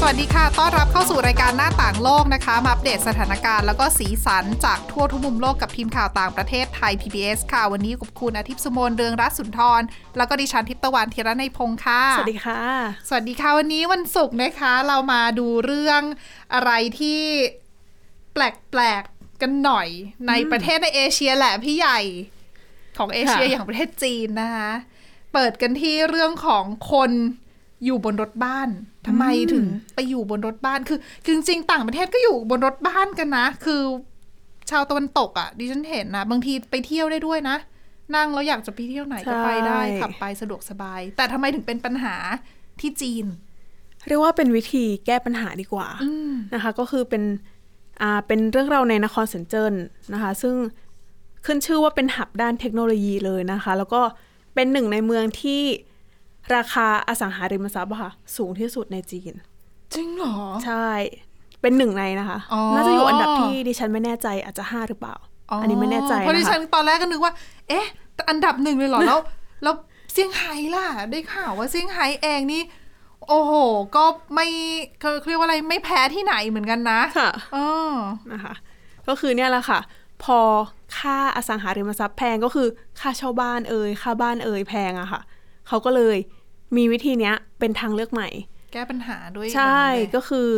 สวัสดีค่ะ ต้อนรับเข้าสู่รายการหน้าต่างโลกนะคะ มาอัปเดตสถานการณ์แล้วก็สีสันจากทั่วทุกมุมโลกกับทีมข่าวต่างประเทศไทย PBS ค่ะ วันนี้อยู่กับคุณอาทิตย์สุโมนเรืองรัตน์สุนทร แล้วก็ดิฉันทิพย์ตะวันธีระในยพงค์ค่ะ สวัสดีค่ะ สวัสดีค่ะ วันนี้วันศุกร์นะคะ เรามาดูเรื่องอะไรที่แปลกๆกันหน่อยในประเทศในเอเชียแหละพี่ใหญ่ ของเอเชีย ค่ะ อย่างประเทศจีนนะคะ เปิดกันที่เรื่องของคนอยู่บนรถบ้านทำไมถึงไปอยู่บนรถบ้านคือคือจริงๆต่างประเทศก็อยู่บนรถบ้านกันนะ คือชาวตะวันตกอะ่ะดิฉันเห็นนะบางทีไปเที่ยวได้ด้วยนะ นั่งแล้วอยากจะไปเที่ยวไหนก็ไปได้ ใช่ ขับไปสะดวกสบาย แต่ทำไมถึงเป็นปัญหาที่จีน เรียกว่าเป็นวิธีแก้ปัญหาดีกว่านะคะ ก็คือเป็นอ่าเป็นเรื่องเราวในนครเซนเจิ้นนะคะ ซึ่งขึ้นชื่อว่าเป็นหับด้านเทคโนโลยีเลยนะคะ แล้วก็เป็นหนึ่งในเมืองที่ราคาอสังหาริมทรัพย์อะค่ะสูงที่สุดในจีน จริงเหรอ ใช่ เป็นหนึ่งในนะคะ อ๋อ น่าจะอยู่อันดับที่ดิฉันไม่แน่ใจอาจจะห้าหรือเปล่า อันนี้ไม่แน่ใจ เพราะดิ นะ ฉั คะ นตอนแรกก็นึกว่า เอ๊ะ อันดับหนึ่งเลยเหรอ แล้ว แล้วเซี่ยงไฮ้ล่ะ ได้ข่าวว่าเซี่ยงไฮ้เองนี่ โอ้โห ก็ไม่เขาเรียกว่าอะไรไม่แพ้ที่ไหนเหมือนกันนะ ค่ะ เออ นะคะก็คือเนี่ยแหละค่ะ พอค่าอสังหาริมทรัพย์แพงก็คือค่าเช่าบ้านเอ่ยค่าบ้านเอ่ยแพงอะค่ะเขาก็เลยมีวิธีเนี้ยเป็นทางเลือกใหม่ แก้ปัญหาด้วย ใช่ แบบนี้เลย ก็คือ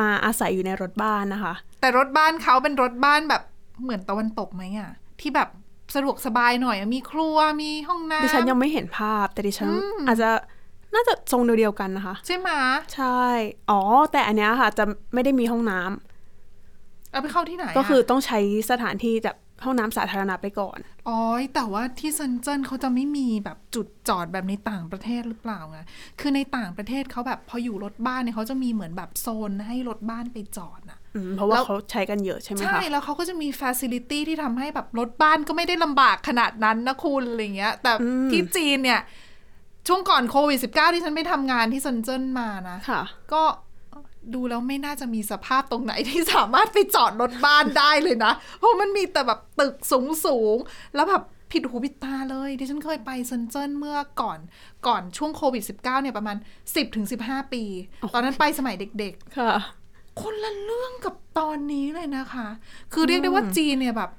มาอาศัยอยู่ในรถบ้านนะคะ แต่รถบ้านเขาเป็นรถบ้านแบบเหมือนตะวันตกไหมอะที่แบบสะดวกสบายหน่อยอะมีครัวมีห้องน้ำ ดิฉันยังไม่เห็นภาพ แต่ดิฉันอาจจะน่าจะทรงเดียวกันนะคะ ใช่ไหม ใช่ อ๋อ แต่อันเนี้ยค่ะ จะไม่ได้มีห้องน้ำ เอาไปเข้าที่ไหนอะ ก็คือต้องใช้สถานที่แบบห้องน้ำสาธารณะไปก่อน อ๋อยแต่ว่าที่เซนเจิ้นเขาจะไม่มีแบบจุดจอดแบบในต่างประเทศหรือเปล่าไงคือในต่างประเทศเขาแบบพออยู่รถบ้านเนี่ยเขาจะมีเหมือนแบบโซนให้รถบ้านไปจอดน่ะ อืมเพราะว่า แล้ว เขาใช้กันเยอะใช่ไหมคะ ใช่แล้วเขาก็จะมีฟ a ซิลิตี้ที่ทำให้แบบรถบ้านก็ไม่ได้ลำบากขนาดนั้นนะคุณอะไรเงี้ย แต่ อืม ที่จีนเนี่ย ช่วงก่อนโควิด -19 ที่ฉันไปทำงานที่เซนเจิ้นมานะ ค่ะ ก็ดูแล้วไม่น่าจะมีสภาพตรงไหนที่สามารถไปจอดรถบ้านได้เลยนะ เพราะมันมีแต่แบบตึกสูงสูงๆแล้วแบบผิดหูผิดตาเลยที่ฉันเคยไปเซนเจิ้นเมื่อก่อนก่อนช่วงโควิด -19 เนี่ยประมาณ 10-15 ปี ตอนนั้นไปสมัยเด็ก ค่ะ ๆ คนละเรื่องกับตอนนี้เลยนะคะ คือเรียกได้ว่าจีนเนี่ยแบบ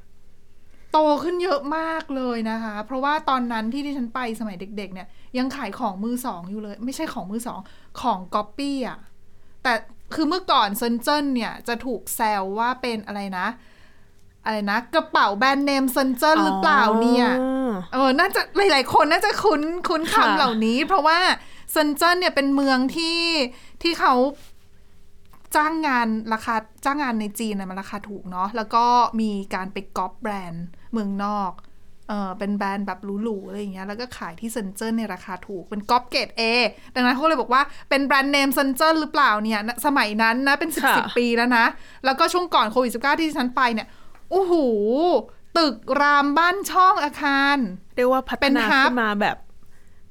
โตขึ้นเยอะมากเลยนะคะ เพราะว่าตอนนั้นที่ที่ฉันไปสมัยเด็ก ๆ เนี่ย ยังขายของมือสองอยู่เลย ไม่ใช่ของมือสองของก๊อปปี้อ่ะ แต่คือเมื่อก่อนเซนเจิ้นเนี่ย จะถูกแซวว่าเป็นอะไรนะ อะไรนะ กระเป๋าแบรนด์เนมเซนเจิ้นหรือเปล่าเนี่ย อ๋อ เออ น่าจะหลาย ๆ คนน่าจะคุ้นคุ้น ค่ะ คำเหล่านี้ เพราะว่าเซนเจิ้นเนี่ยเป็นเมืองที่ที่เขาจ้างงานราคาจ้างงานในจีนนะมันราคาถูกเนาะแล้วก็มีการไปก๊อปแบรนด์เมืองนอกเออเป็นแบรนด์แบบหรูๆอะไรอย่างเงี้ยแล้วก็ขายที่เซนเจิ้นในราคาถูกเป็นก๊อปเกรด A ดังนั้นเขาก็เลยบอกว่าเป็นแบรนด์เนมเซนเจิ้นหรือเปล่าเนี่ยณสมัยนั้นนะเป็นสิบ ค่ะ สิบปีแล้วนะ แล้วก็ช่วงก่อนโควิด -19 ที่ดิฉันไปเนี่ยโอ้โหตึกรามบ้านช่องอาคาร เรียกว่าพัฒ เป็น นา ฮับ ขึ้นมาแบบ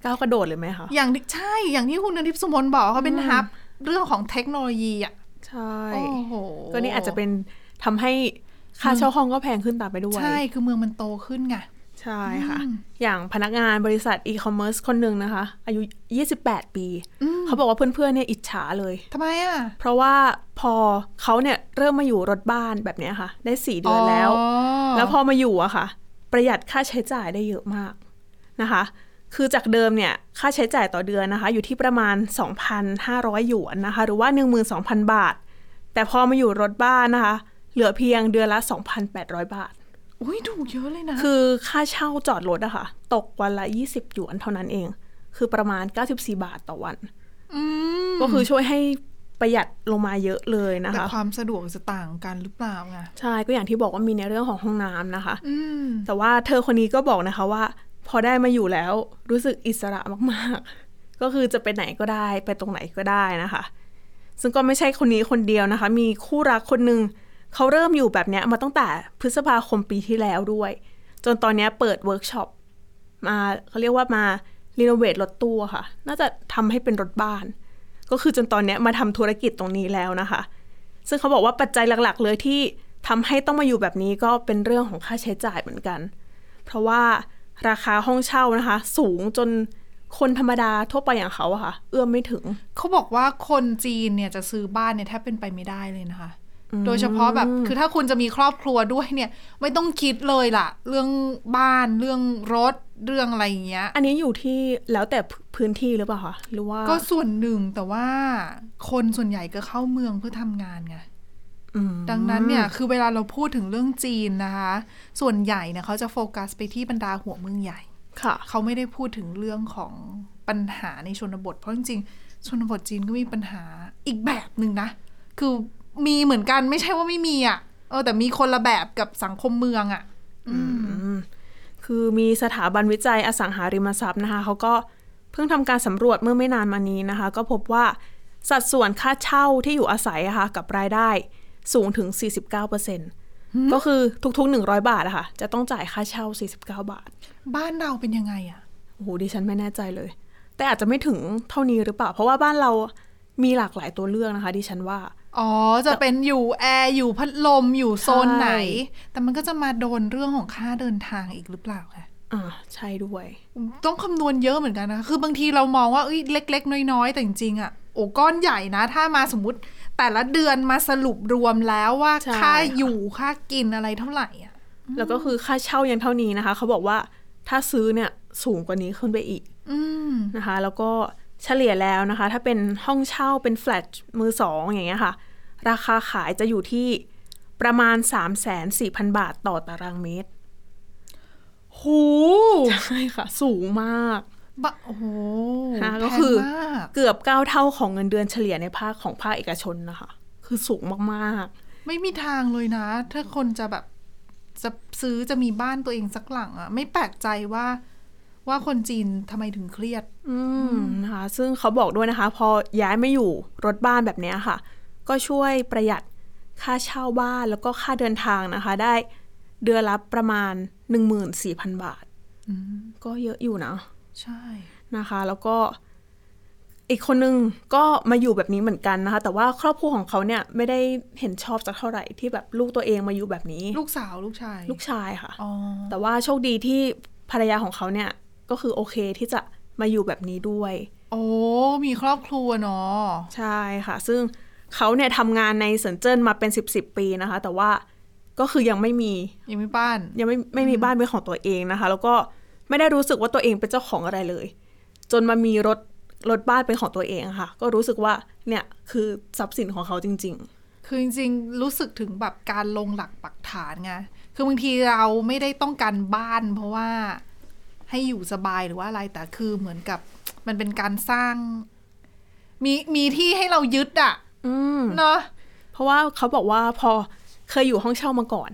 ก้าวกระโดดเลยไหมคะ อย่างที่ใช่ อย่างที่คุณนทิพย์สุมนบอกเขาเป็นฮับ เรื่องของเทคโนโลยีอ่ะ ใช่ โอ้โห ก็นี่อาจจะเป็นทำให้ค่าเช่าห้องก็แพงขึ้นตามไปด้วย ใช่ คือเมืองมันโตขึ้นไง ใช่ค่ะ อย่างพนักงานบริษัทอีคอมเมิร์ซคนหนึ่งนะคะ อายุ 28 ปี เขาบอกว่าเพื่อนๆเนี่ยอิจฉาเลย ทำไมอ่ะ เพราะว่าพอเขาเนี่ยเริ่มมาอยู่รถบ้านแบบเนี้ยค่ะ ได้สี่เดือนแล้ว อ๋อ แล้วพอมาอยู่อะค่ะ ประหยัดค่าใช้จ่ายได้เยอะมากนะคะ คือจากเดิมเนี่ยค่าใช้จ่ายต่อเดือนนะคะ อยู่ที่ประมาณ 2,500 หยวนนะคะ หรือว่า 12,000 บาท แต่พอมาอยู่รถบ้านนะคะ เหลือเพียงเดือนละ 2,800 บาท อุ้ยถูกเยอะเลยนะ คือค่าเช่าจอดรถอะค่ะ ตกวันละ 20 หยวนเท่านั้นเอง คือประมาณ 94 บาทต่อวัน อืม ก็คือช่วยให้ประหยัดลงมาเยอะเลยนะ แต่ คะ ความสะดวกจะต่างกันหรือเปล่าไง ใช่ ก็อย่างที่บอกว่ามีในเรื่องของห้องน้ำนะคะ อืม แต่ว่าเธอคนนี้ก็บอกนะคะว่า พอได้มาอยู่แล้วรู้สึกอิสระมากๆ ก็คือจะไปไหนก็ได้ไปตรงไหนก็ได้นะคะ ซึ่งก็ไม่ใช่คนนี้คนเดียวนะคะ มีคู่รักคนหนึ่งเขาเริ่มอยู่แบบเนี้ยมาตั้งแต่พฤษภาคมปีที่แล้วด้วย จนตอนเนี้ยเปิดเวิร์กช็อปมาเขาเรียกว่ามารีโนเวทรถตู้อะค่ะ น่าจะทำให้เป็นรถบ้าน ก็คือจนตอนเนี้ยมาทำธุรกิจตรงนี้แล้วนะคะ ซึ่งเขาบอกว่าปัจจัยหลัก ๆ เลยที่ทำให้ต้องมาอยู่แบบนี้ก็เป็นเรื่องของค่าใช้จ่ายเหมือนกัน เพราะว่าราคาห้องเช่านะคะ สูงจนคนธรรมดาทั่วไปอย่างเขาอะค่ะ เอื้อมไม่ถึง เขาบอกว่าคนจีนเนี่ยจะซื้อบ้านเนี่ยแทบเป็นไปไม่ได้เลยนะคะ โดยเฉพาะแบบคือถ้าคุณจะมีครอบครัวด้วยเนี่ย ไม่ต้องคิดเลยล่ะ เรื่องบ้านเรื่องรถเรื่องอะไรอย่างเงี้ย อันนี้อยู่ที่แล้วแต่พื้นที่หรือเปล่าคะหรือว่า ก็ส่วนหนึ่งแต่ว่าคนส่วนใหญ่ก็เข้าเมืองเพื่อทำงานไง อืม ดังนั้นเนี่ยคือเวลาเราพูดถึงเรื่องจีนนะคะ ส่วนใหญ่เนี่ยเขาจะโฟกัสไปที่บรรดาหัวเมืองใหญ่ ค่ะ เขาไม่ได้พูดถึงเรื่องของปัญหาในชนบท เพราะจริงๆชนบทจีนก็มีปัญหาอีกแบบหนึ่งนะ คือมีเหมือนกันไม่ใช่ว่าไม่มีอะ่ะเออแต่มีคนละแบบกับสังคมเมืองอะ่ะ คือมีสถาบันวิจัยอสังหาริมทรัพย์นะคะเขาก็เพิ่งทำการสำรวจเมื่อไม่นานมานี้นะคะ ก็พบว่าสัดส่วนค่าเช่าที่อยู่อาศัยอะค่ะกับรายได้สูงถึง 49%ก็คือทุกๆ 100 บาทอะค่ะจะต้องจ่ายค่าเช่า 49 บาท บ้านเราเป็นยังไงอะ่ะ โอ้โหดิฉันไม่แน่ใจเลย แต่อาจจะไม่ถึงเท่านี้หรือเปล่า เพราะว่าบ้านเรามีหลากหลายตัวเลือกนะคะ ดิฉันว่า อ๋อ จะเป็นอยู่แอร์อยู่พัดลมอยู่โซนไหน ใช่ แต่มันก็จะมาโดนเรื่องของค่าเดินทางอีกหรือเปล่าคะ อ่าใช่ด้วย ต้องคำนวณเยอะเหมือนกันนะ คือบางทีเรามองว่าเอ้ยเล็ก ๆ น้อย ๆ แต่จริงๆอะโอ้ก้อนใหญ่นะ ถ้ามาสมมติแต่ละเดือนมาสรุปรวมแล้วว่า ใช่ ค่า ค่ะ อยู่ค่ากินอะไรเท่าไหร่อะ แล้วก็คือค่าเช่ายังเท่านี้นะคะ เขาบอกว่าถ้าซื้อเนี่ยสูงกว่านี้ขึ้นไปอีก อืม นะคะแล้วก็เฉลี่ยแล้วนะคะ ถ้าเป็นห้องเช่าเป็นแฟลตมือสองอย่างเงี้ยค่ะ ราคาขายจะอยู่ที่ประมาณ 3 4 0 0 0 บาทต่อตารางเมตร หู ใช่ค่ะ สูงมาก บะโอ้โห ค่ะ แพง ก็คือ มาก เกือบเก้าเท่าของเงินเดือนเฉลี่ยในภาคของภาคเอกชนนะคะ คือสูงมาก ไม่มีทางเลยนะ ถ้าคนจะแบบ จะซื้อจะมีบ้านตัวเองสักหลังอะไม่แปลกใจว่า ว่าคนจีนทำไมถึงเครียด ๆ อืมนะคะ ซึ่งเขาบอกด้วยนะคะ พอย้ายมาอยู่รถบ้านแบบเนี้ยค่ะ ก็ช่วยประหยัดค่าเช่าบ้านแล้วก็ค่าเดินทางนะคะ ได้เดือนละประมาณ 14,000 บาท อืม ก็เยอะอยู่นะ ใช่ นะคะ แล้วก็อีกคนนึงก็มาอยู่แบบนี้เหมือนกันนะคะ แต่ว่าครอบครัวของเขาเนี่ยไม่ได้เห็นชอบสักเท่าไหร่ที่แบบลูกตัวเองมาอยู่แบบนี้ ลูกสาวลูกชาย ลูกชายค่ะ อ๋อ แต่ว่าโชคดีที่ภรรยาของเขาเนี่ยก็คือโอเคที่จะมาอยู่แบบนี้ด้วย โอ้ มีครอบครัวเนาะ ใช่ค่ะ ซึ่งเขาเนี่ยทำงานในเซินเจิ้นมาเป็น 10บสปีนะคะ แต่ว่าก็คือยังไม่มี ยังไม่บ้าน ยังไม่ไม่มีบ้านเป็นของตัวเองนะคะ แล้วก็ไม่ได้รู้สึกว่าตัวเองเป็นเจ้าของอะไรเลย จนมามีรถรถบ้านเป็นของตัวเองอะค่ะ ก็รู้สึกว่าเนี่ยคือทรัพย์สินของเขาจริง คือจริงๆ รู้สึกถึงแบบการลงหลักปักฐานไง คือบางทีเราไม่ได้ต้องการบ้านเพราะว่าให้อยู่สบายหรือว่าอะไร แต่คือเหมือนกับมันเป็นการสร้าง มีมีที่ให้เรายึดอะ ๆ อืม เนาะ เพราะว่าเขาบอกว่าพอเคยอยู่ห้องเช่ามาก่อน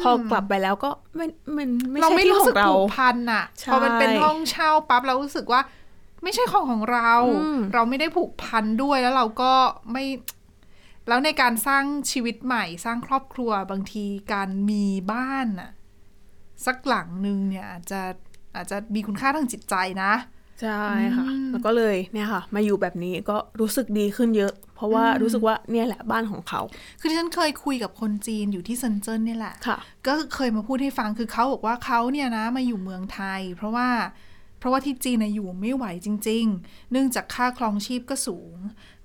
พอกลับไปแล้วก็ไม่มันไม่ เรา ใช่ ไม่ ที่ รู้ ขอ สึก งเรา ผูกพันอะ ใช่ พอมันเป็นห้องเช่าปั๊บเรารู้สึกว่า ไม่ใช่ของของเรา อืม เราไม่ได้ผูกพันด้วยแล้วเราก็ไม่ แล้วในการสร้างชีวิตใหม่ สร้างครอบครัวบางทีการมีบ้านอะสักหลังหนึ่งเนี่ย อาจจะอาจจะมีคุณค่าทางจิตใจนะ ใช่ค่ะ แล้วก็เลยเนี่ยค่ะ มาอยู่แบบนี้ก็รู้สึกดีขึ้นเยอะ เพราะว่ารู้สึกว่าเนี่ยแหละบ้านของเขา คือที่ฉันเคยคุยกับคนจีนอยู่ที่เซินเจิ้นเนี่ยแหละ ค่ะ ก็เคยมาพูดให้ฟังคือเขาบอกว่าเขาเนี่ยนะมาอยู่เมืองไทย เพราะว่าเพราะว่าที่จีนนะอยู่ไม่ไหวจริง ๆ เนื่องจากค่าครองชีพก็สูง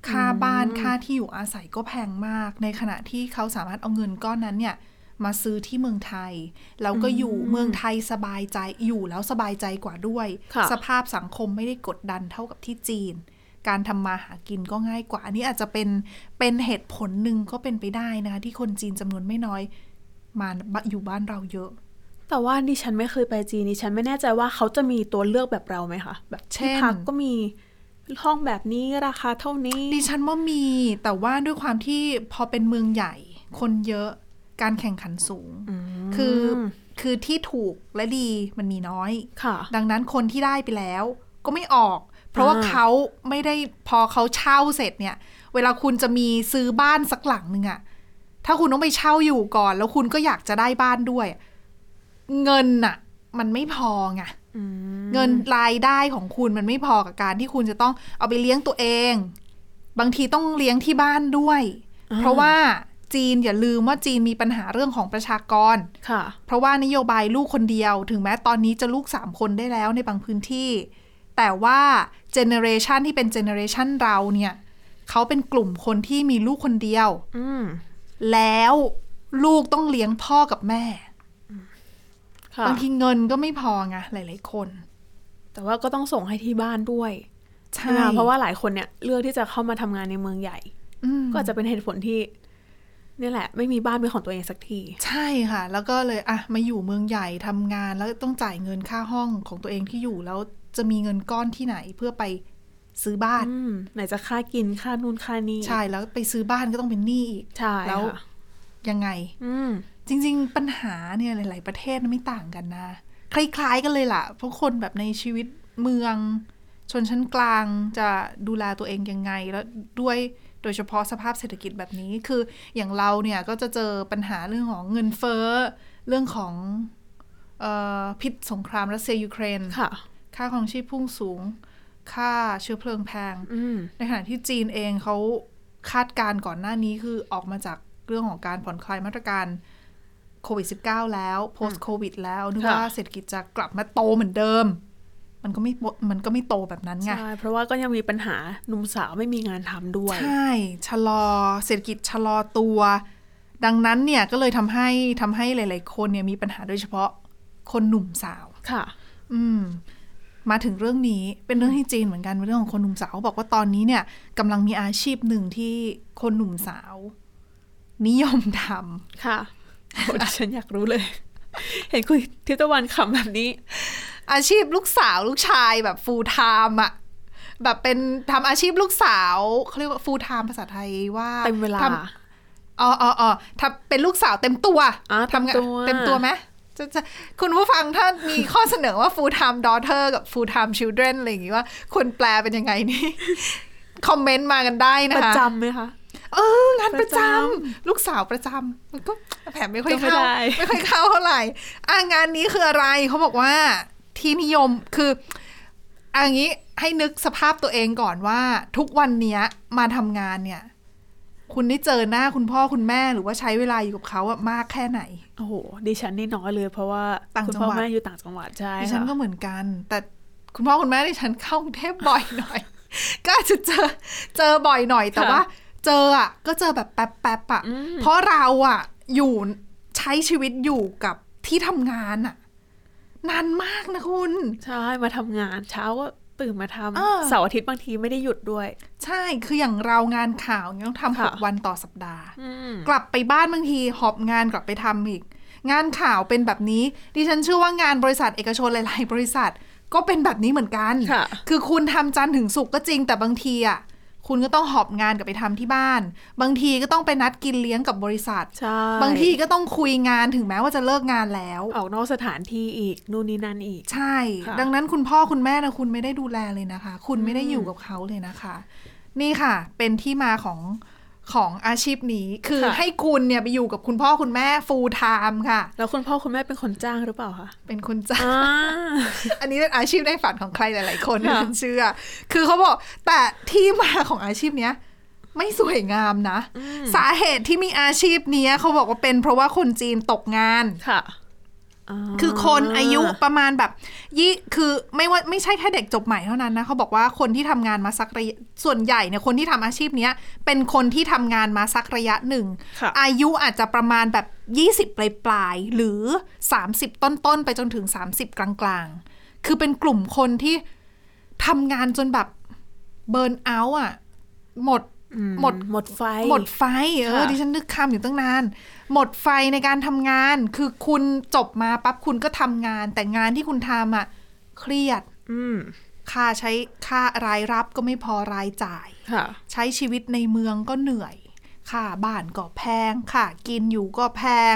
ค่าบ้านค่าที่อยู่อาศัยก็แพงมาก ในขณะที่เขาสามารถเอาเงินก้อนนั้นเนี่ยมาซื้อที่เมืองไทย แล้วก็อยู่เมืองไทยสบายใจอยู่แล้วสบายใจกว่าด้วย ค่ะ สภาพสังคมไม่ได้กดดันเท่ากับที่จีน การทำมาหากินก็ง่ายกว่า อันนี้อาจจะเป็นเป็นเหตุผลหนึ่งก็เป็นไปได้นะคะที่คนจีนจำนวนไม่น้อย มาบอยู่บ้านเราเยอะ แต่ว่าดิฉันไม่เคยไปจีนดิฉันไม่แน่ใจว่าเขาจะมีตัวเลือกแบบเราไหมคะแบบ เช่ ที่ น พักก็มีห้องแบบนี้ราคาเท่านี้ ดิฉันว่ามีแต่ว่าด้วยความที่พอเป็นเมืองใหญ่ คนเยอะการแข่งขันสูง คือคือที่ถูกและดีมันมีน้อย ค่ะ ดังนั้นคนที่ได้ไปแล้วก็ไม่ออก เพราะว่า อ่า เขาไม่ได้พอเขาเช่าเสร็จเนี่ย เวลาคุณจะมีซื้อบ้านสักหลังหนึ่งอะถ้าคุณต้องไปเช่าอยู่ก่อน แล้วคุณก็อยากจะได้บ้านด้วย เงินน่ะ มันไม่พอไง อืม เงินรายได้ของคุณมันไม่พอกับการที่คุณจะต้องเอาไปเลี้ยงตัวเอง บางทีต้องเลี้ยงที่บ้านด้วย อ่า เพราะว่าจีนอย่าลืมว่าจีนมีปัญหาเรื่องของประชากร ค่ะ เพราะว่านโยบายลูกคนเดียว ถึงแม้ตอนนี้จะลูก 3 คนได้แล้วในบางพื้นที่ แต่ว่าเจเนอเรชันที่เป็นเจเนอเรชันเราเนี่ยเขาเป็นกลุ่มคนที่มีลูกคนเดียว อืม แล้วลูกต้องเลี้ยงพ่อกับแม่ ค่ะ บางทีเงินก็ไม่พอไงหลาย ๆ คน แต่ว่าก็ต้องส่งให้ที่บ้านด้วย ใช่ ใช่ไหมคะเพราะว่าหลายคนเนี่ยเลือกที่จะเข้ามาทำงานในเมืองใหญ่ อืม ก็อาจจะเป็นเหตุผลที่เนี่ยแหละ ไม่มีบ้านเป็นของตัวเองสักที ใช่ค่ะ แล้วก็เลยอ่ะมาอยู่เมืองใหญ่ทำงานแล้วต้องจ่ายเงินค่าห้องของตัวเองที่อยู่แล้วจะมีเงินก้อนที่ไหนเพื่อไปซื้อบ้าน อืมไหนจะค่ากินค่านู่นค่านี่ ใช่แล้วไปซื้อบ้านก็ต้องเป็นหนี้อีก ใช่ แล้ว ค่ะ ยังไง อืม จริง ๆ ปัญหาเนี่ยหลาย ๆ ประเทศไม่ต่างกันนะ คล้ายๆกันเลยล่ะเพราะคนแบบในชีวิตเมือง ชนชั้นกลางจะดูแลตัวเองยังไง แล้วด้วยโดยเฉพาะสภาพเศรษฐกิจแบบนี้คืออย่างเราเนี่ยก็จะเจอปัญหาเรื่องของเงินเฟ้อ เรื่องของเออพิษสงครามรัสเซียยูเครน ค่ะ ค่าของชีพพุ่งสูง ค่าเชื้อเพลิงแพง อืม ในขณะที่จีนเองเขาคาดการณ์ก่อนหน้านี้คือออกมาจากเรื่องของการผ่อนคลายมาตรการโควิด -19 แล้ว post covid แล้วนึก ค่ะ ว่าเศรษฐกิจจะกลับมาโตเหมือนเดิม มันก็ไม่โตมันก็ไม่โตแบบนั้นไง ใช่ เพราะว่าก็ยังมีปัญหาหนุ่มสาวไม่มีงานทำด้วย ใช่ ชะลอเศรษฐกิจชะลอตัว ดังนั้นเนี่ยก็เลยทำให้ทำให้หลาย ๆ คนเนี่ยมีปัญหาโดยเฉพาะคนหนุ่มสาว ค่ะ อืม มาถึงเรื่องนี้เป็นเรื่องที่จีนเหมือนกันเป็นเรื่องของคนหนุ่มสาวเขาบอกว่าตอนนี้เนี่ยกำลังมีอาชีพหนึ่งที่คนหนุ่มสาว นิยมท ค่ะโอ้ดิฉันอยากรู้เลย เห็นคุณทิพย์ตะวันขำแบบนี้ ำอาชีพลูกสาวลูกชายแบบฟูลไทม์อะแบบเป็นทำอาชีพลูกสาวเขาเรียกว่าฟูลไทม์ภาษาไทยว่า เต็มเวลา ทำอ๋ออ๋ออ๋อทำเป็นลูกสาวเต็มตัว อ่าเต็ม ทำงาน ตัว เต็มตัวไหมจะจะคุณผู้ฟังถ้ามีข้อ เสนอว่า full time daughter กับ full time children อะไรอย่างงี้ว่าควรแปลเป็นยังไงนี่ คอมเมนต์มากันได้นะ ประ คะ จำไหมคะ เอองานประจำ ประจ ลูกสาวประจำมันก็แผนไม่ค่อยเข้า จำไม่ได้ ไม่ค่อยเข้าเท่าไหร่อ่ะงานนี้คืออะไรเขาบอกว่าที่นิยมคืออะอย่างนี้ให้นึกสภาพตัวเองก่อนว่า ทุกวันเนี้ยมาทำงานเนี่ย คุณได้เจอหน้าคุณพ่อคุณแม่หรือว่าใช้เวลาอยู่กับเขาอะมากแค่ไหน โอ้โห ดิฉันนี่น้อยเลย เพราะว่า ต่าง คุณ จังห พ่อ วัด แม่อยู่ต่างจังหวัดใช่ ดิฉันก็ ค่ะ เหมือนกัน แต่คุณพ่อคุณแม่ดิฉันเข้ากรุงเทพบ่อยห น่อย ก็อาจจะเจอเจอบ่อยหน่อยแต่ว่า เจออ่ะก็เจอแบบแป๊บๆอ่ะเพราะเราอ่ะอยู่ใช้ชีวิตอยู่กับที่ทำงานอ่ะนานมากนะคุณ ใช่ มาทำงานเช้าก็ตื่นมาทำ เออ เสาร์อาทิตย์บางทีไม่ได้หยุดด้วย ใช่คืออย่างเรางานข่าวเนี่ยต้องทำหก ค่ะ วันต่อสัปดาห์ อืม กลับไปบ้านบางทีหอบงานกลับไปทำอีก งานข่าวเป็นแบบนี้ ดิฉันเชื่อว่างานบริษัทเอกชนหลาย ๆ บริษัท ก็เป็นแบบนี้เหมือนกัน ค่ะ อคุณทำจันทร์ถึงศุกร์ก็จริงแต่บางทีอ่ะคุณก็ต้องหอบงานกลับไปทำที่บ้าน บางทีก็ต้องไปนัดกินเลี้ยงกับบริษัท ใช่ บางทีก็ต้องคุยงานถึงแม้ว่าจะเลิกงานแล้ว ออกนอกสถานที่อีก นู่นนี่นั่นอีก ใช่ ค่ะ ดังนั้นคุณพ่อคุณแม่นะคุณไม่ได้ดูแลเลยนะคะ คุณไม่ได้อยู่กับเขาเลยนะคะ นี่ค่ะ เป็นที่มาของของอาชีพนี้คือ ค่ะ ให้คุณเนี่ยไปอยู่กับคุณพ่อคุณแม่ full time ค่ะ แล้วคุณพ่อคุณแม่เป็นคนจ้างหรือเปล่า คะ เป็นคุณจ้า อ่า อันนี้เป็นอาชีพในฝันของใครหลาย ๆ คน ค่ะ ฉันเชื่อ คือเขาบอก แต่ที่มาของอาชีพเนี้ย ไม่สวยงามนะ สาเหตุที่มีอาชีพเนี้ยเขาบอกว่าเป็นเพราะว่าคนจีนตกงาน ค่ะา คือคนอายุประมาณแบบยี่คือไม่ว่าไม่ใช่แค่เด็กจบใหม่เท่านั้นนะเขาบอกว่าคนที่ทำงานมาสักระยะส่วนใหญ่เนี่ยคนที่ทำอาชีพเนี้ยเป็นคนที่ทำงานมาสักระยะหนึ่ง ค่ะ อายุอาจจะประมาณแบบ 20 ปลายปลายๆหรือ 30 ต้นต้นๆไปจนถึง 30 กลางๆ คือเป็นกลุ่มคนที่ทำงานจนแบบเบิร์นเอาท์อ่ะหมด อื หมด หมดไฟ หมดไฟเออ ค่ะ ดิฉันนึกคำอยู่ตั้งนาน หมดไฟในการทำงาน คือคุณจบมาปั๊บคุณก็ทำงาน แต่งานที่คุณทำอ่ะ เครียด อืม ค่าใช้ค่ารายรับก็ไม่พอรายจ่าย ค่ะ ใช้ชีวิตในเมืองก็เหนื่อย ค่าบ้านก็แพง ค่ากินอยู่ก็แพง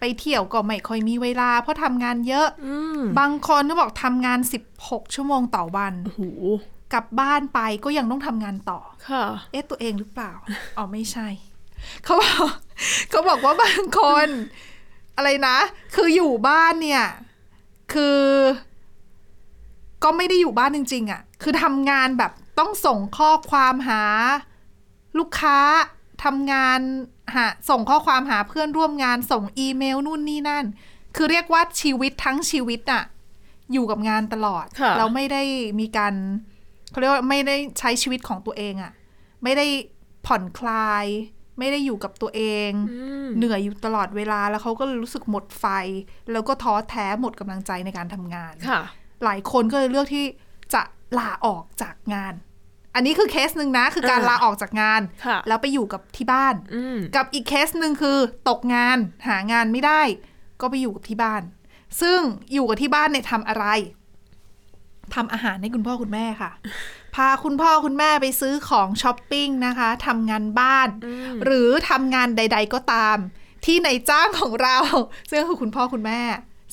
ไปเที่ยวก็ไม่ค่อยมีเวลา เพราะทำงานเยอะ อืม บางคนก็บอกทำงาน 16 ชั่วโมงต่อวัน โอ้โห กลับบ้านไปก็ยังต้องทำงานต่อ ค่ะ เอ๊ะตัวเองหรือเปล่า อ๋อไม่ใช่ เขาบอกเขาบอกว่าบางคน อะไรนะ คืออยู่บ้านเนี่ย คือ ก็ไม่ได้อยู่บ้านจริง ๆอะ่ะ คือทำงานแบบต้องส่งข้อความหา ลูกค้าทำงานหาส่งข้อความหาเพื่อนร่วมงานส่งอีเมลนู่นนี่นั่น คือเรียกว่าชีวิตทั้งชีวิตน่ะ อยู่กับงานตลอด ค่ะ เราไม่ได้มีการเขาเรียกว่าไม่ได้ใช้ชีวิตของตัวเองอะไม่ได้ผ่อนคลาย ไม่ได้อยู่กับตัวเอง เหนื่อยอยู่ตลอดเวลาแล้วเขาก็เลยรู้สึกหมดไฟ แล้วก็ท้อแท้หมดกำลังใจในการทำงาน ค่ะ หลายคนก็เลยเลือกที่จะลาออกจากงาน อันนี้คือเคสหนึ่งนะ คือการ อ่า ลาออกจากงาน ค่ะ แล้วไปอยู่กับที่บ้าน อืม กับอีกเคสหนึ่งคือตกงานหางานไม่ได้ ก็ไปอยู่กับที่บ้าน ซึ่งอยู่กับที่บ้านเนี่ยทำอะไรทำอาหารให้คุณพ่อคุณแม่ ค่ะ พาคุณพ่อคุณแม่ไปซื้อของช้อปปิ้งนะคะทำงานบ้าน หรือทำงานใด ๆ ก็ตาม ที่ในายจ้างของเรา ซึ่งคือคุณพ่อคุณแม่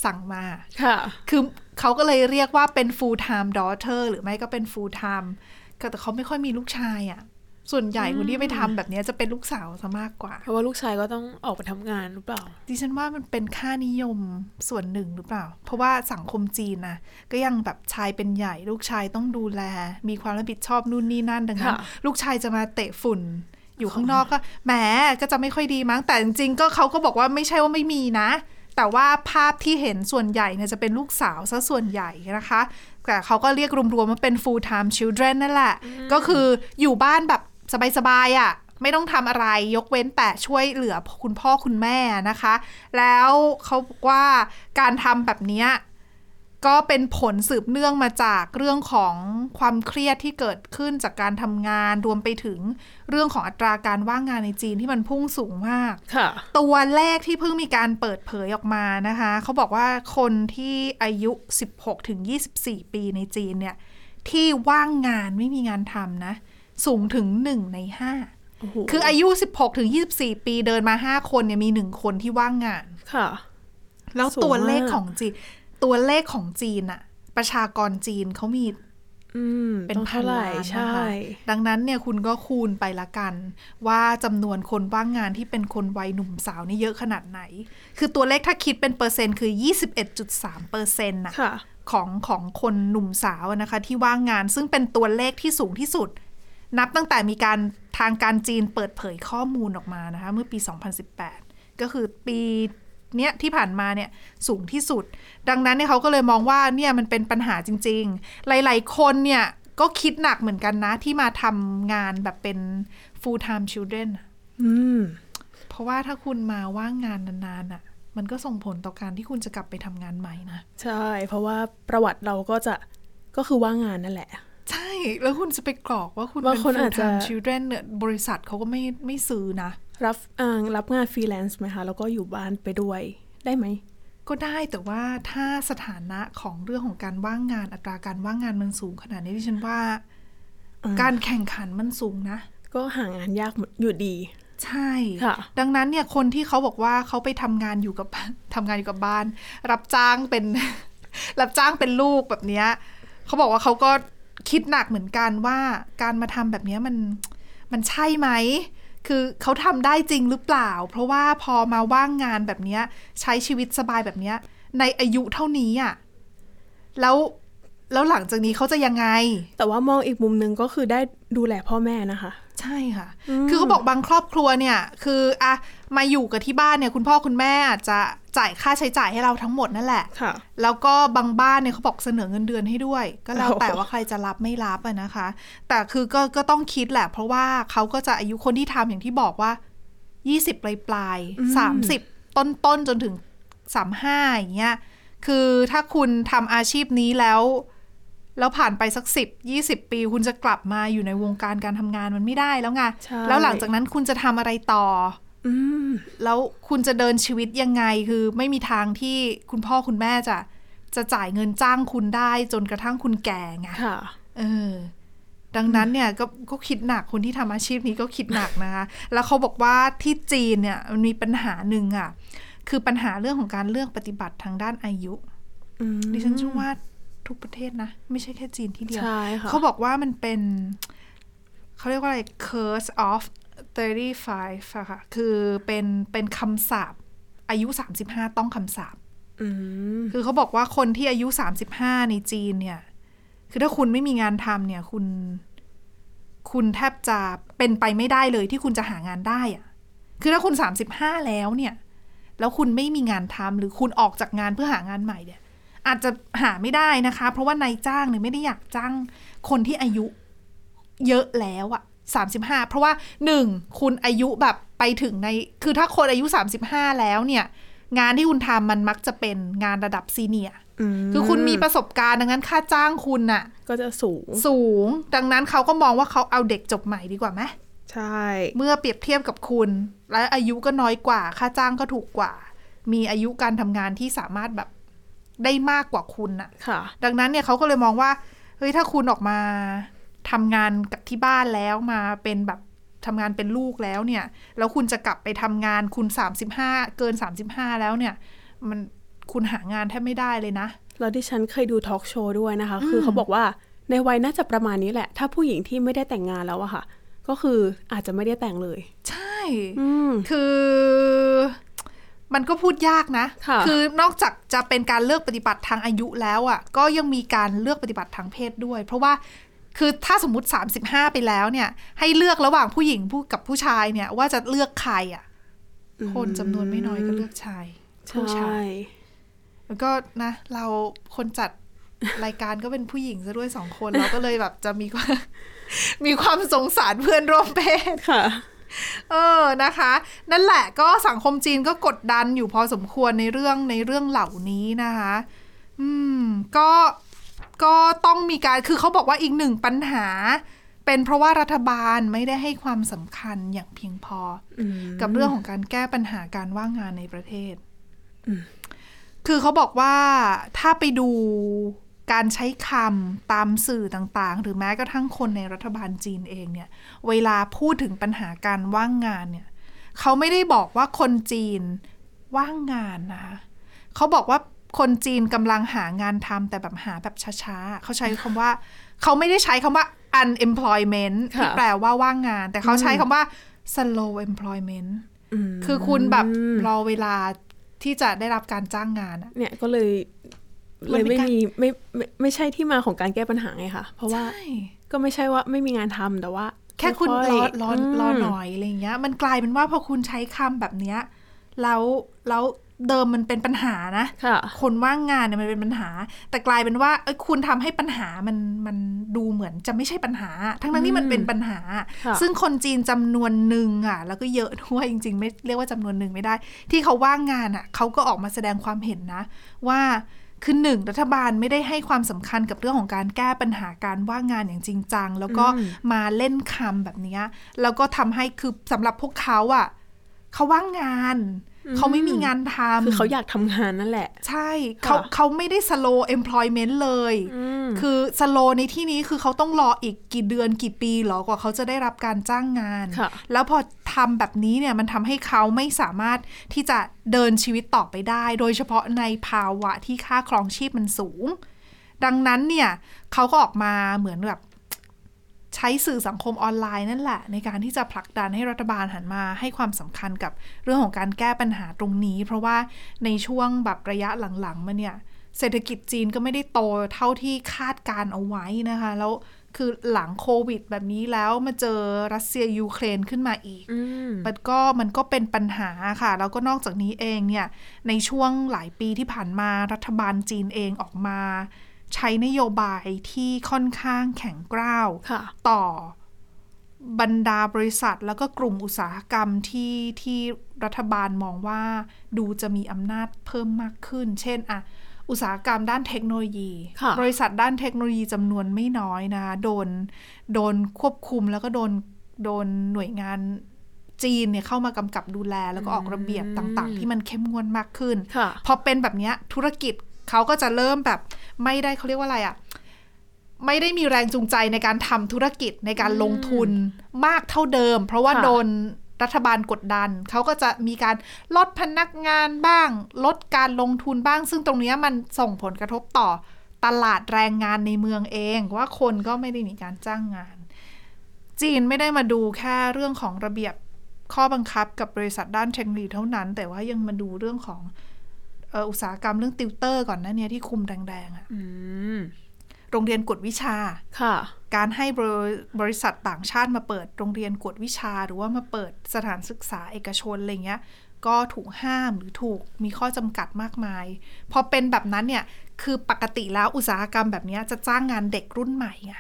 สั่งมา ค่ะ คือเขาก็เลยเรียกว่าเป็น full time daughter หรือไม่ก็เป็น full time ก็แต่เขาไม่ค่อยมีลูกชายอะ่ะ ส่วนใหญ่คนที่ไปทำแบบเนี้ยจะเป็นลูกสาวซะมากกว่า เพราะว่าลูกชายก็ต้องออกไปทำงานหรือเปล่า ดิฉันว่ามันเป็นค่านิยมส่วนหนึ่งหรือเปล่า เพราะว่าสังคมจีนนะก็ยังแบบชายเป็นใหญ่ ลูกชายต้องดูแล มีความรับผิดชอบนู่นนี่นั่นดังนั้น ค่ะ ลูกชายจะมาเตะฝุ่น อยู่ข้างนอกก็แหมก็จะไม่ค่อยดีมั้งแต่จริงๆก็เขาก็บอกว่าไม่ใช่ว่าไม่มีนะ แต่ว่าภาพที่เห็นส่วนใหญ่เนี่ยจะเป็นลูกสาวซะส่วนใหญ่นะคะ แต่เขาก็เรียกรวมๆว่าเป็น full time children นั่นแหละ ก็คืออยู่บ้านแบบสบายๆอะ่ะ ไม่ต้องทำอะไรยกเว้นแต่ช่วยเหลือคุณพ่อคุณแม่นะคะ แล้วเขาบอกว่าการทำแบบเนี้ย ก็เป็นผลสืบเนื่องมาจากเรื่องของความเครียดที่เกิดขึ้นจากการทำงานรวมไปถึงเรื่องของอัตราการว่างงานในจีนที่มันพุ่งสูงมาก ค่ะ ตัวเลขที่เพิ่งมีการเปิดเผยออกมานะคะ เขาบอกว่าคนที่อายุ 16 ถึง 24 ปีในจีนเนี่ย ที่ว่างงานไม่มีงานทำนะ สูงถึง 1 ใน 5 โอ้โห คืออายุ 16 ถึง 24 ปีเดินมา 5 คนเนี่ยมี 1 คนที่ว่างงาน ค่ะ แล้ว สูงมาก ตัวเลขของจีน ตัวเลขของจีนอะประชากรจีนเขามี อืม เป็น ต้อง พั เท่าน ไหร่ ล้าน ใช่ นะคะดังนั้นเนี่ยคุณก็คูณไปละกัน ว่าจำนวนคนว่างงานที่เป็นคนวัยหนุ่มสาวนี่เยอะขนาดไหน คือตัวเลขถ้าคิดเป็นเปอร์เซ็นต์คือ 21.3เปอร์เซ็นต์นะ ค่ะ ของของคนหนุ่มสาวอะนะคะ ที่ว่างงานซึ่งเป็นตัวเลขที่สูงที่สุด นับตั้งแต่มีการทางการจีนเปิดเผยข้อมูลออกมานะคะเมื่อปี 2018 ก็คือปีเนี้ยที่ผ่านมาเนี่ยสูงที่สุด ดังนั้นเนี่ยเขาก็เลยมองว่าเนี่ยมันเป็นปัญหาจริง ๆ หลาย ๆ คนเนี่ยก็คิดหนักเหมือนกันนะ ที่มาทำงานแบบเป็น full time children อะ อืม เพราะว่าถ้าคุณมาว่างงานนานๆอ่ะมันก็ส่งผลต่อการที่คุณจะกลับไปทำงานใหม่นะ ใช่ เพราะว่าประวัติเราก็จะก็คือว่างงานนั่นแหละ ใช่ แล้วคุณจะไปกรอกว่าคุณ บา เป็ ง น คน full อาจจะ time children เนี่ยบริษัทเขาก็ไม่ไม่ซื้อนะ รับอ่ารับงานฟรีแลนซ์ไหมคะ แล้วก็อยู่บ้านไปด้วยได้ไหม ก็ได้แต่ว่าถ้าสถานะของเรื่องของการว่างงานอัตราการว่างงานมันสูงขนาดนี้ดิฉันว่า อืม การแข่งขันมันสูงนะ ก็หางานยากหมดอยู่ดี ใช่ ค่ะ ดังนั้นเนี่ยคนที่เขาบอกว่าเขาไปทำงานอยู่กับ ทำงานอยู่กับบ้าน รับจ้างเป็น รับจ้างเป็นลูกแบบเนี้ยเขาบอกว่าเขาก็คิดหนักเหมือนกันว่าการมาทำแบบเนี้ยมันมันใช่ไหม คือเขาทำได้จริงหรือเปล่า เพราะว่าพอมาว่างงานแบบเนี้ยใช้ชีวิตสบายแบบเนี้ยในอายุเท่านี้อ่ะแล้วแล้วหลังจากนี้เขาจะยังไง แต่ว่ามองอีกมุมหนึ่งก็คือได้ดูแลพ่อแม่นะคะ ใช่ค่ะ อืม คือเขาบอกบางครอบครัวเนี่ย คืออะมาอยู่กับที่บ้านเนี่ย คุณพ่อคุณแม่อาจจะจ่ายค่าใช้จ่ายให้เราทั้งหมดนั่นแหละ ค่ะ แล้วก็บางบ้านเนี่ยเขาบอกเสนอเงินเดือนให้ด้วย ก็แล้วแต่ โอ้โห ว่าใครจะรับไม่รับอะนะคะ แต่คือก็ก็ต้องคิดแหละ เพราะว่าเขาก็จะอายุคนที่ทำอย่างที่บอกว่า 20 ปลายปลายสามสิบต้นต้นๆจนถึง 35 อย่างเงี้ย คือถ้าคุณทำอาชีพนี้แล้ว แล้วผ่านไปสักสิบยี่สิบปี คุณจะกลับมาอยู่ในวงการการทำงานมันไม่ได้แล้วไง ใช่ แล้วหลังจากนั้นคุณจะทำอะไรต่อ อืม แล้วคุณจะเดินชีวิตยังไงคือไม่มีทางที่คุณพ่อคุณแม่จะ จะจ่ายเงินจ้างคุณได้จนกระทั่งคุณแก่ไง ค่ะ เออ ดังนั้นเนี่ยก็ก็คิดหนักคนที่ทำอาชีพนี้ก็คิดหนักนะคะ แล้วเขาบอกว่าที่จีนเนี่ยมันมีปัญหาหนึ่งอะคือปัญหาเรื่องของการเลือกปฏิบัติทางด้านอายุ อืม ดิฉันเชื่อว่าทุกประเทศนะ ไม่ใช่แค่จีนที่เดียว ใช่ค่ะ เขาบอกว่ามันเป็น เขาเรียกว่าอะไร curse of 35อะค่ะ คือเป็นเป็นคำสาปอายุ 35 ต้องคำสาป อืม คือเขาบอกว่าคนที่อายุ 35 ในจีนเนี่ย คือถ้าคุณไม่มีงานทำเนี่ย คุณ คุณแทบจะเป็นไปไม่ได้เลยที่คุณจะหางานได้อะคือถ้าคุณ 35 แล้วเนี่ย แล้วคุณไม่มีงานทำหรือคุณออกจากงานเพื่อหางานใหม่เนี่ย อาจจะหาไม่ได้นะคะ เพราะว่านายจ้างเนี่ยไม่ได้อยากจ้างคนที่อายุเยอะแล้วอะสามสิบห้าเพราะว่าหนึ่งคุณอายุแบบไปถึงใน คือถ้าคนอายุสามสิบห้าแล้วเนี่ย งานที่คุณทำมันมักจะเป็นงานระดับซีเนียร์คือคุณมีประสบการณ์ดังนั้นค่าจ้างคุณน่ะ ก็จะสูง สูง ดังนั้นเขาก็มองว่าเขาเอาเด็กจบใหม่ดีกว่าไหม ใช่ เมื่อเปรียบเทียบกับคุณ และอายุก็น้อยกว่า ค่าจ้างก็ถูกกว่า มีอายุการทำงานที่สามารถแบบได้มากกว่าคุณน่ะ ค่ะ ดังนั้นเนี่ยเขาก็เลยมองว่าเฮ้ยถ้าคุณออกมาทำงานกับที่บ้านแล้วมาเป็นแบบทำงานเป็นลูกแล้วเนี่ย แล้วคุณจะกลับไปทำงานคุณ 35 เกิน 35 แล้วเนี่ย มันคุณหางานแทบไม่ได้เลยนะ แล้วที่ฉันเคยดูทอล์กโชว์ด้วยนะคะ อืม คือเขาบอกว่าในวัยน่าจะประมาณนี้แหละ ถ้าผู้หญิงที่ไม่ได้แต่งงานแล้วอะค่ะ ก็คืออาจจะไม่ได้แต่งเลย ใช่ อืม คือมันก็พูดยากนะ ค่ะ อนอกจากจะเป็นการเลือกปฏิบัติทางอายุแล้วอ่ะ ก็ยังมีการเลือกปฏิบัติทางเพศด้วย เพราะว่าคือถ้าสมมติ 35 ไปแล้วเนี่ย ให้เลือกระหว่างผู้หญิงผู้กับผู้ชายเนี่ย ว่าจะเลือกใครอ่ะ คนจำนวนไม่น้อยก็เลือกชายผู้ ใช่ ชายแล้วก็นะ เราคนจัดรายการก็เป็นผู้หญิงซะด้วยสองคน เราก็เลยแบบจะมีความ มีความสงสารเพื่อนร่วมเพศ ค่ะ เออ นะคะ นั่นแหละก็สังคมจีนก็กดดันอยู่พอสมควรในเรื่องในเรื่องเหล่านี้นะคะ อืม ก็ ก็ต้องมีการ คือเขาบอกว่าอีกหนึ่งปัญหา เป็นเพราะว่ารัฐบาลไม่ได้ให้ความสำคัญอย่างเพียงพออกับเรื่องของการแก้ปัญหาการว่างงานในประเทศ คือเขาบอกว่าถ้าไปดูการใช้คำตามสื่อต่างๆ หรือแม้กระทั่งคนในรัฐบาลจีนเองเนี่ย เวลาพูดถึงปัญหาการว่างงานเนี่ย เขาไม่ได้บอกว่าคนจีนว่างงานนะคะ เขาบอกว่าคนจีนกำลังหางานทำแต่แบบหาแบบช้าๆ เขาใช้คำว่า เขาไม่ได้ใช้คำว่า unemployment ที่ ค่ะ แปลว่าว่างงาน แต่เขาใช้คำว่า slow employment คือคุณแบบรอเวลาที่จะได้รับการจ้างงานอะ เนี่ยก็เลย มั เล นไม่ยไม่ กล้า มีไม่ไม่ไม่ใช่ที่มาของการแก้ปัญหาไงค่ะ เพราะว่า ใช่ ก็ไม่ใช่ว่าไม่มีงานทำแต่ว่า แค่คุณร ย อ ๆ รอ ม รอหน่อยอะไรอย่างเงี้ย มันกลายเป็นว่าพอคุณใช้คำแบบเนี้ยแล้วแล้วเดิมมันเป็นปัญหานะ ค่ะ นว่างงานเนี่ยมันเป็นปัญหา แต่กลายเป็นว่าเอ้ยคุณทำให้ปัญหามันมันดูเหมือนจะไม่ใช่ปัญหา ทั้งนั้นที่มันเป็นปัญหา ค่ะ ซึ่งคนจีนจำนวนหนึ่งอ่ะ แล้วก็เยอะด้วยจริง ๆ ไม่เรียกว่าจำนวนหนึ่งไม่ได้ ที่เขาว่างงานอ่ะเขาก็ออกมาแสดงความเห็นนะ ว่าคือหนึ่งรัฐบาลไม่ได้ให้ความสำคัญกับเรื่องของการแก้ปัญหาการว่างงานอย่างจริงจัง แล้วก็มาเล่นคำแบบเนี้ยแล้วก็ทำให้คือสำหรับพวกเขาอ่ะเขาว่างงาน เขาไม่มีงานทำ คือเขาอยากทำงานนั่นแหละ ใช่เขา ค่ะ เขาไม่ได้ slow employment เลย ม คือ slow ในที่นี้คือเขาต้องรออีกกี่เดือนกี่ปีหรอกว่าเขาจะได้รับการจ้างงาน ค่ะ แล้วพอทำแบบนี้เนี่ยมันทำให้เขาไม่สามารถที่จะเดินชีวิตต่อไปได้ โดยเฉพาะในภาวะที่ค่าครองชีพมันสูง ดังนั้นเนี่ยเขาก็ออกมาเหมือนแบบ ใช้สื่อสังคมออนไลน์นั่นแหละ ในการที่จะผลักดันให้รัฐบาลหันมาให้ความสำคัญกับเรื่องของการแก้ปัญหาตรงนี้ เพราะว่าในช่วงแบบระยะหลังๆ มาเนี่ย เศรษฐกิจจีนก็ไม่ได้โตเท่าที่คาดการเอาไว้นะคะ แล้วคือหลังโควิดแบบนี้แล้วมาเจอรัสเซียยูเครนขึ้นมาอีก มันก็มันก็เป็นปัญหาค่ะ แล้วก็นอกจากนี้เองเนี่ย ในช่วงหลายปีที่ผ่านมารัฐบาลจีนเองออกมา ใช้นโยบายที่ค่อนข้างแข็งกร้าว ค่ะ ต่อบรรดาบริษัทแล้วก็กลุ่มอุตสาหกรรมที่ที่รัฐบาลมองว่าดูจะมีอำนาจเพิ่มมากขึ้น เช่นอะอุตสาหกรรมด้านเทคโนโลยี ค่ะ บริษัทด้านเทคโนโลยีจำนวนไม่น้อยนะคะโดนโดนควบคุมแล้วก็โดนโดนหน่วยงานจีนเนี่ยเข้ามากำกับดูแล แล้วก็ออกระเบียบต่าง ๆ ที่มันเข้มงวดมากขึ้น ค่ะ พอเป็นแบบเนี้ยธุรกิจเขาก็จะเริ่มแบบไม่ได้เขาเรียกว่าอะไรอะ่ะ ไม่ได้มีแรงจูงใจในการทำธุรกิจในการลงทุนมากเท่าเดิม เพราะว่า ค่ะ โดนรัฐบาลกดดัน เขาก็จะมีการลดพนักงานบ้าง ลดการลงทุนบ้าง ซึ่งตรงเนี้ยมันส่งผลกระทบต่อตลาดแรงงานในเมืองเอง ว่าคนก็ไม่ได้มีการจ้างงาน จีนไม่ได้มาดูแค่เรื่องของระเบียบข้อบังคับกับบริษัทด้านเทคโนโลยีเท่านั้น แต่ว่ายังมาดูเรื่องของ เอ่ออุตสาหกรรมเรื่องติวเตอร์ก่อนหนะเนี่ยที่คุมแดงๆอะ อืม โรงเรียนกฎวิชา ค่ะ การให้บริบริษัทต่างชาติมาเปิดโรงเรียนกวดวิชา หรือว่ามาเปิดสถานศึกษาเอกชนอะไรเงี้ย ก็ถูกห้ามหรือถูกมีข้อจำกัดมากมาย พอเป็นแบบนั้นเนี่ย คือปกติแล้วอุตสาหกรรมแบบเนี้ยจะจ้างงานเด็กรุ่นใหม่ไง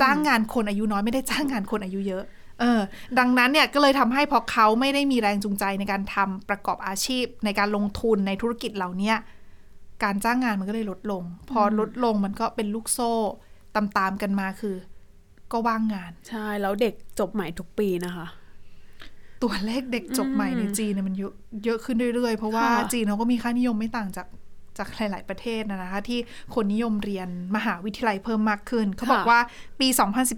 จ้างงานคนอายุน้อยไม่ได้จ้างงานคนอายุเยอะ เออ ดังนั้นเนี่ยก็เลยทำให้พอเขาไม่ได้มีแรงจูงใจในการทำประกอบอาชีพ ในการลงทุนในธุรกิจเหล่าเนี้ยการจ้างงานมันก็เลยลดลง พอลดลงมันก็เป็นลูกโซ่ตามๆกันมาคือ ก็ว่างงาน ใช่ แล้วเด็กจบใหม่ทุกปีนะคะ ตัวเลขเด็กจบใหม่ในจีนเนี่ยมันเยอะเยอะขึ้นเรื่อยๆ เพราะว่า ค่ะ จีนเขาก็มีค่านิยมไม่ต่างจากจากหลาย ๆ ประเทศนะนะคะ ที่คนนิยมเรียนมหาวิทยาลัยเพิ่มมากขึ้น เขาบอกว่าปี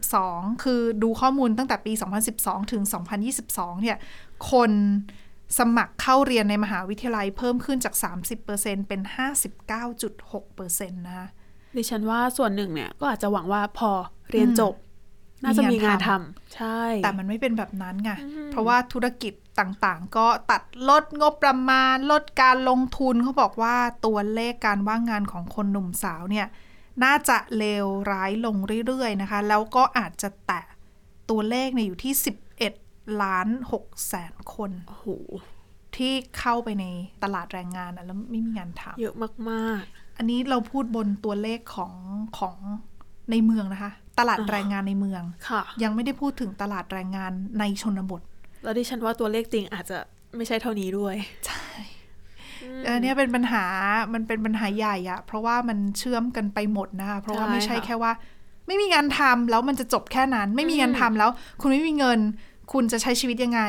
2012 คือดูข้อมูลตั้งแต่ปี 2012 ถึง 2022 เนี่ย คนสมัครเข้าเรียนในมหาวิทยาลัยเพิ่มขึ้นจาก 30%เป็น 59.6%นะคะ ดิฉันว่าส่วนหนึ่งเนี่ยก็อาจจะหวังว่าพอเรียนจบ น่าจะ มีงางมีาน น ทำ ทำใช่ แต่มันไม่เป็นแบบนั้นไง เพราะว่าธุรกิจต่างๆ ก็ตัดลดงบประมาณ ลดการลงทุนเขาบอกว่าตัวเลขการว่างงานของคนหนุ่มสาวเนี่ย น่าจะเลวร้ายลงเรื่อยๆนะคะ แล้วก็อาจจะแตะตัวเลขเนี่ยอยู่ที่ 11 ล้าน6แสนคน โอ้โห ที่เข้าไปในตลาดแรงงานอะแล้วไม่มีงานทำ เยอะมาก อันนี้เราพูดบนตัวเลขของของในเมืองนะคะ ตลาดแรงงานในเมือง ๆ ค่ะ ยังไม่ได้พูดถึงตลาดแรงงานในชนบท แล้วดิฉันว่าตัวเลขจริงอาจจะไม่ใช่เท่านี้ด้วย เออเนี่ยเป็นปัญหา มันเป็นปัญหาใหญ่อะเพราะว่ามันเชื่อมกันไปหมดนะคะ เพราะว่า ใช่ ไม่ใช่ ค่ะ แค่ว่า ไม่มีงานทำแล้วมันจะจบแค่นั้น ไม่มีงานทำแล้ว คุณไม่มีเงิน คุณจะใช้ชีวิตยังไง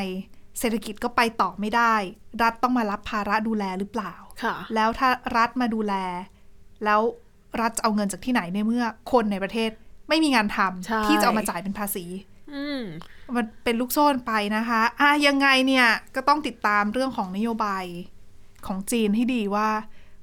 เศรษฐกิจก็ไปต่อไม่ได้ รัฐต้องมารับภาระดูแลหรือเปล่า ค่ะ แล้วถ้ารัฐมาดูแล แล้วรัฐจะเอาเงินจากที่ไหนในเมื่อ คนในประเทศไม่มีงานทำ ใช่ ที่จะเอามาจ่ายเป็นภาษี อืม มันเป็นลูกโซ่ไปนะคะอ่ะยังไงเนี่ยก็ต้องติดตามเรื่องของนโยบายของจีนให้ดีว่า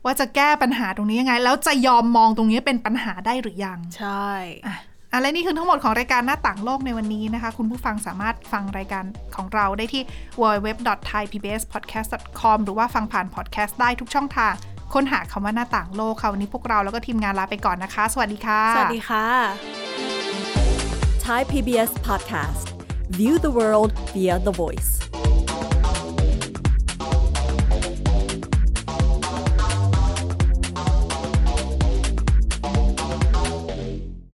ว่าจะแก้ปัญหาตรงนี้ยังไง แล้วจะยอมมองตรงนี้เป็นปัญหาได้หรือยัง ใช่ อ่ะอ่ะและนี่คือทั้งหมดของรายการหน้าต่างโลกในวันนี้นะคะ คุณผู้ฟังสามารถฟังรายการของเราได้ที่ www.thaipbspodcast.com หรือว่าฟังผ่านพอดแคสต์ได้ทุกช่องทาง ค้นหาคำว่าหน้าต่างโลกค่ะวันนี้พวกเราแล้วก็ทีมงานลาไปก่อนนะคะ สวัสดีค่ะ สวัสดีค่ะ Thai PBS podcast. View the world via the voice.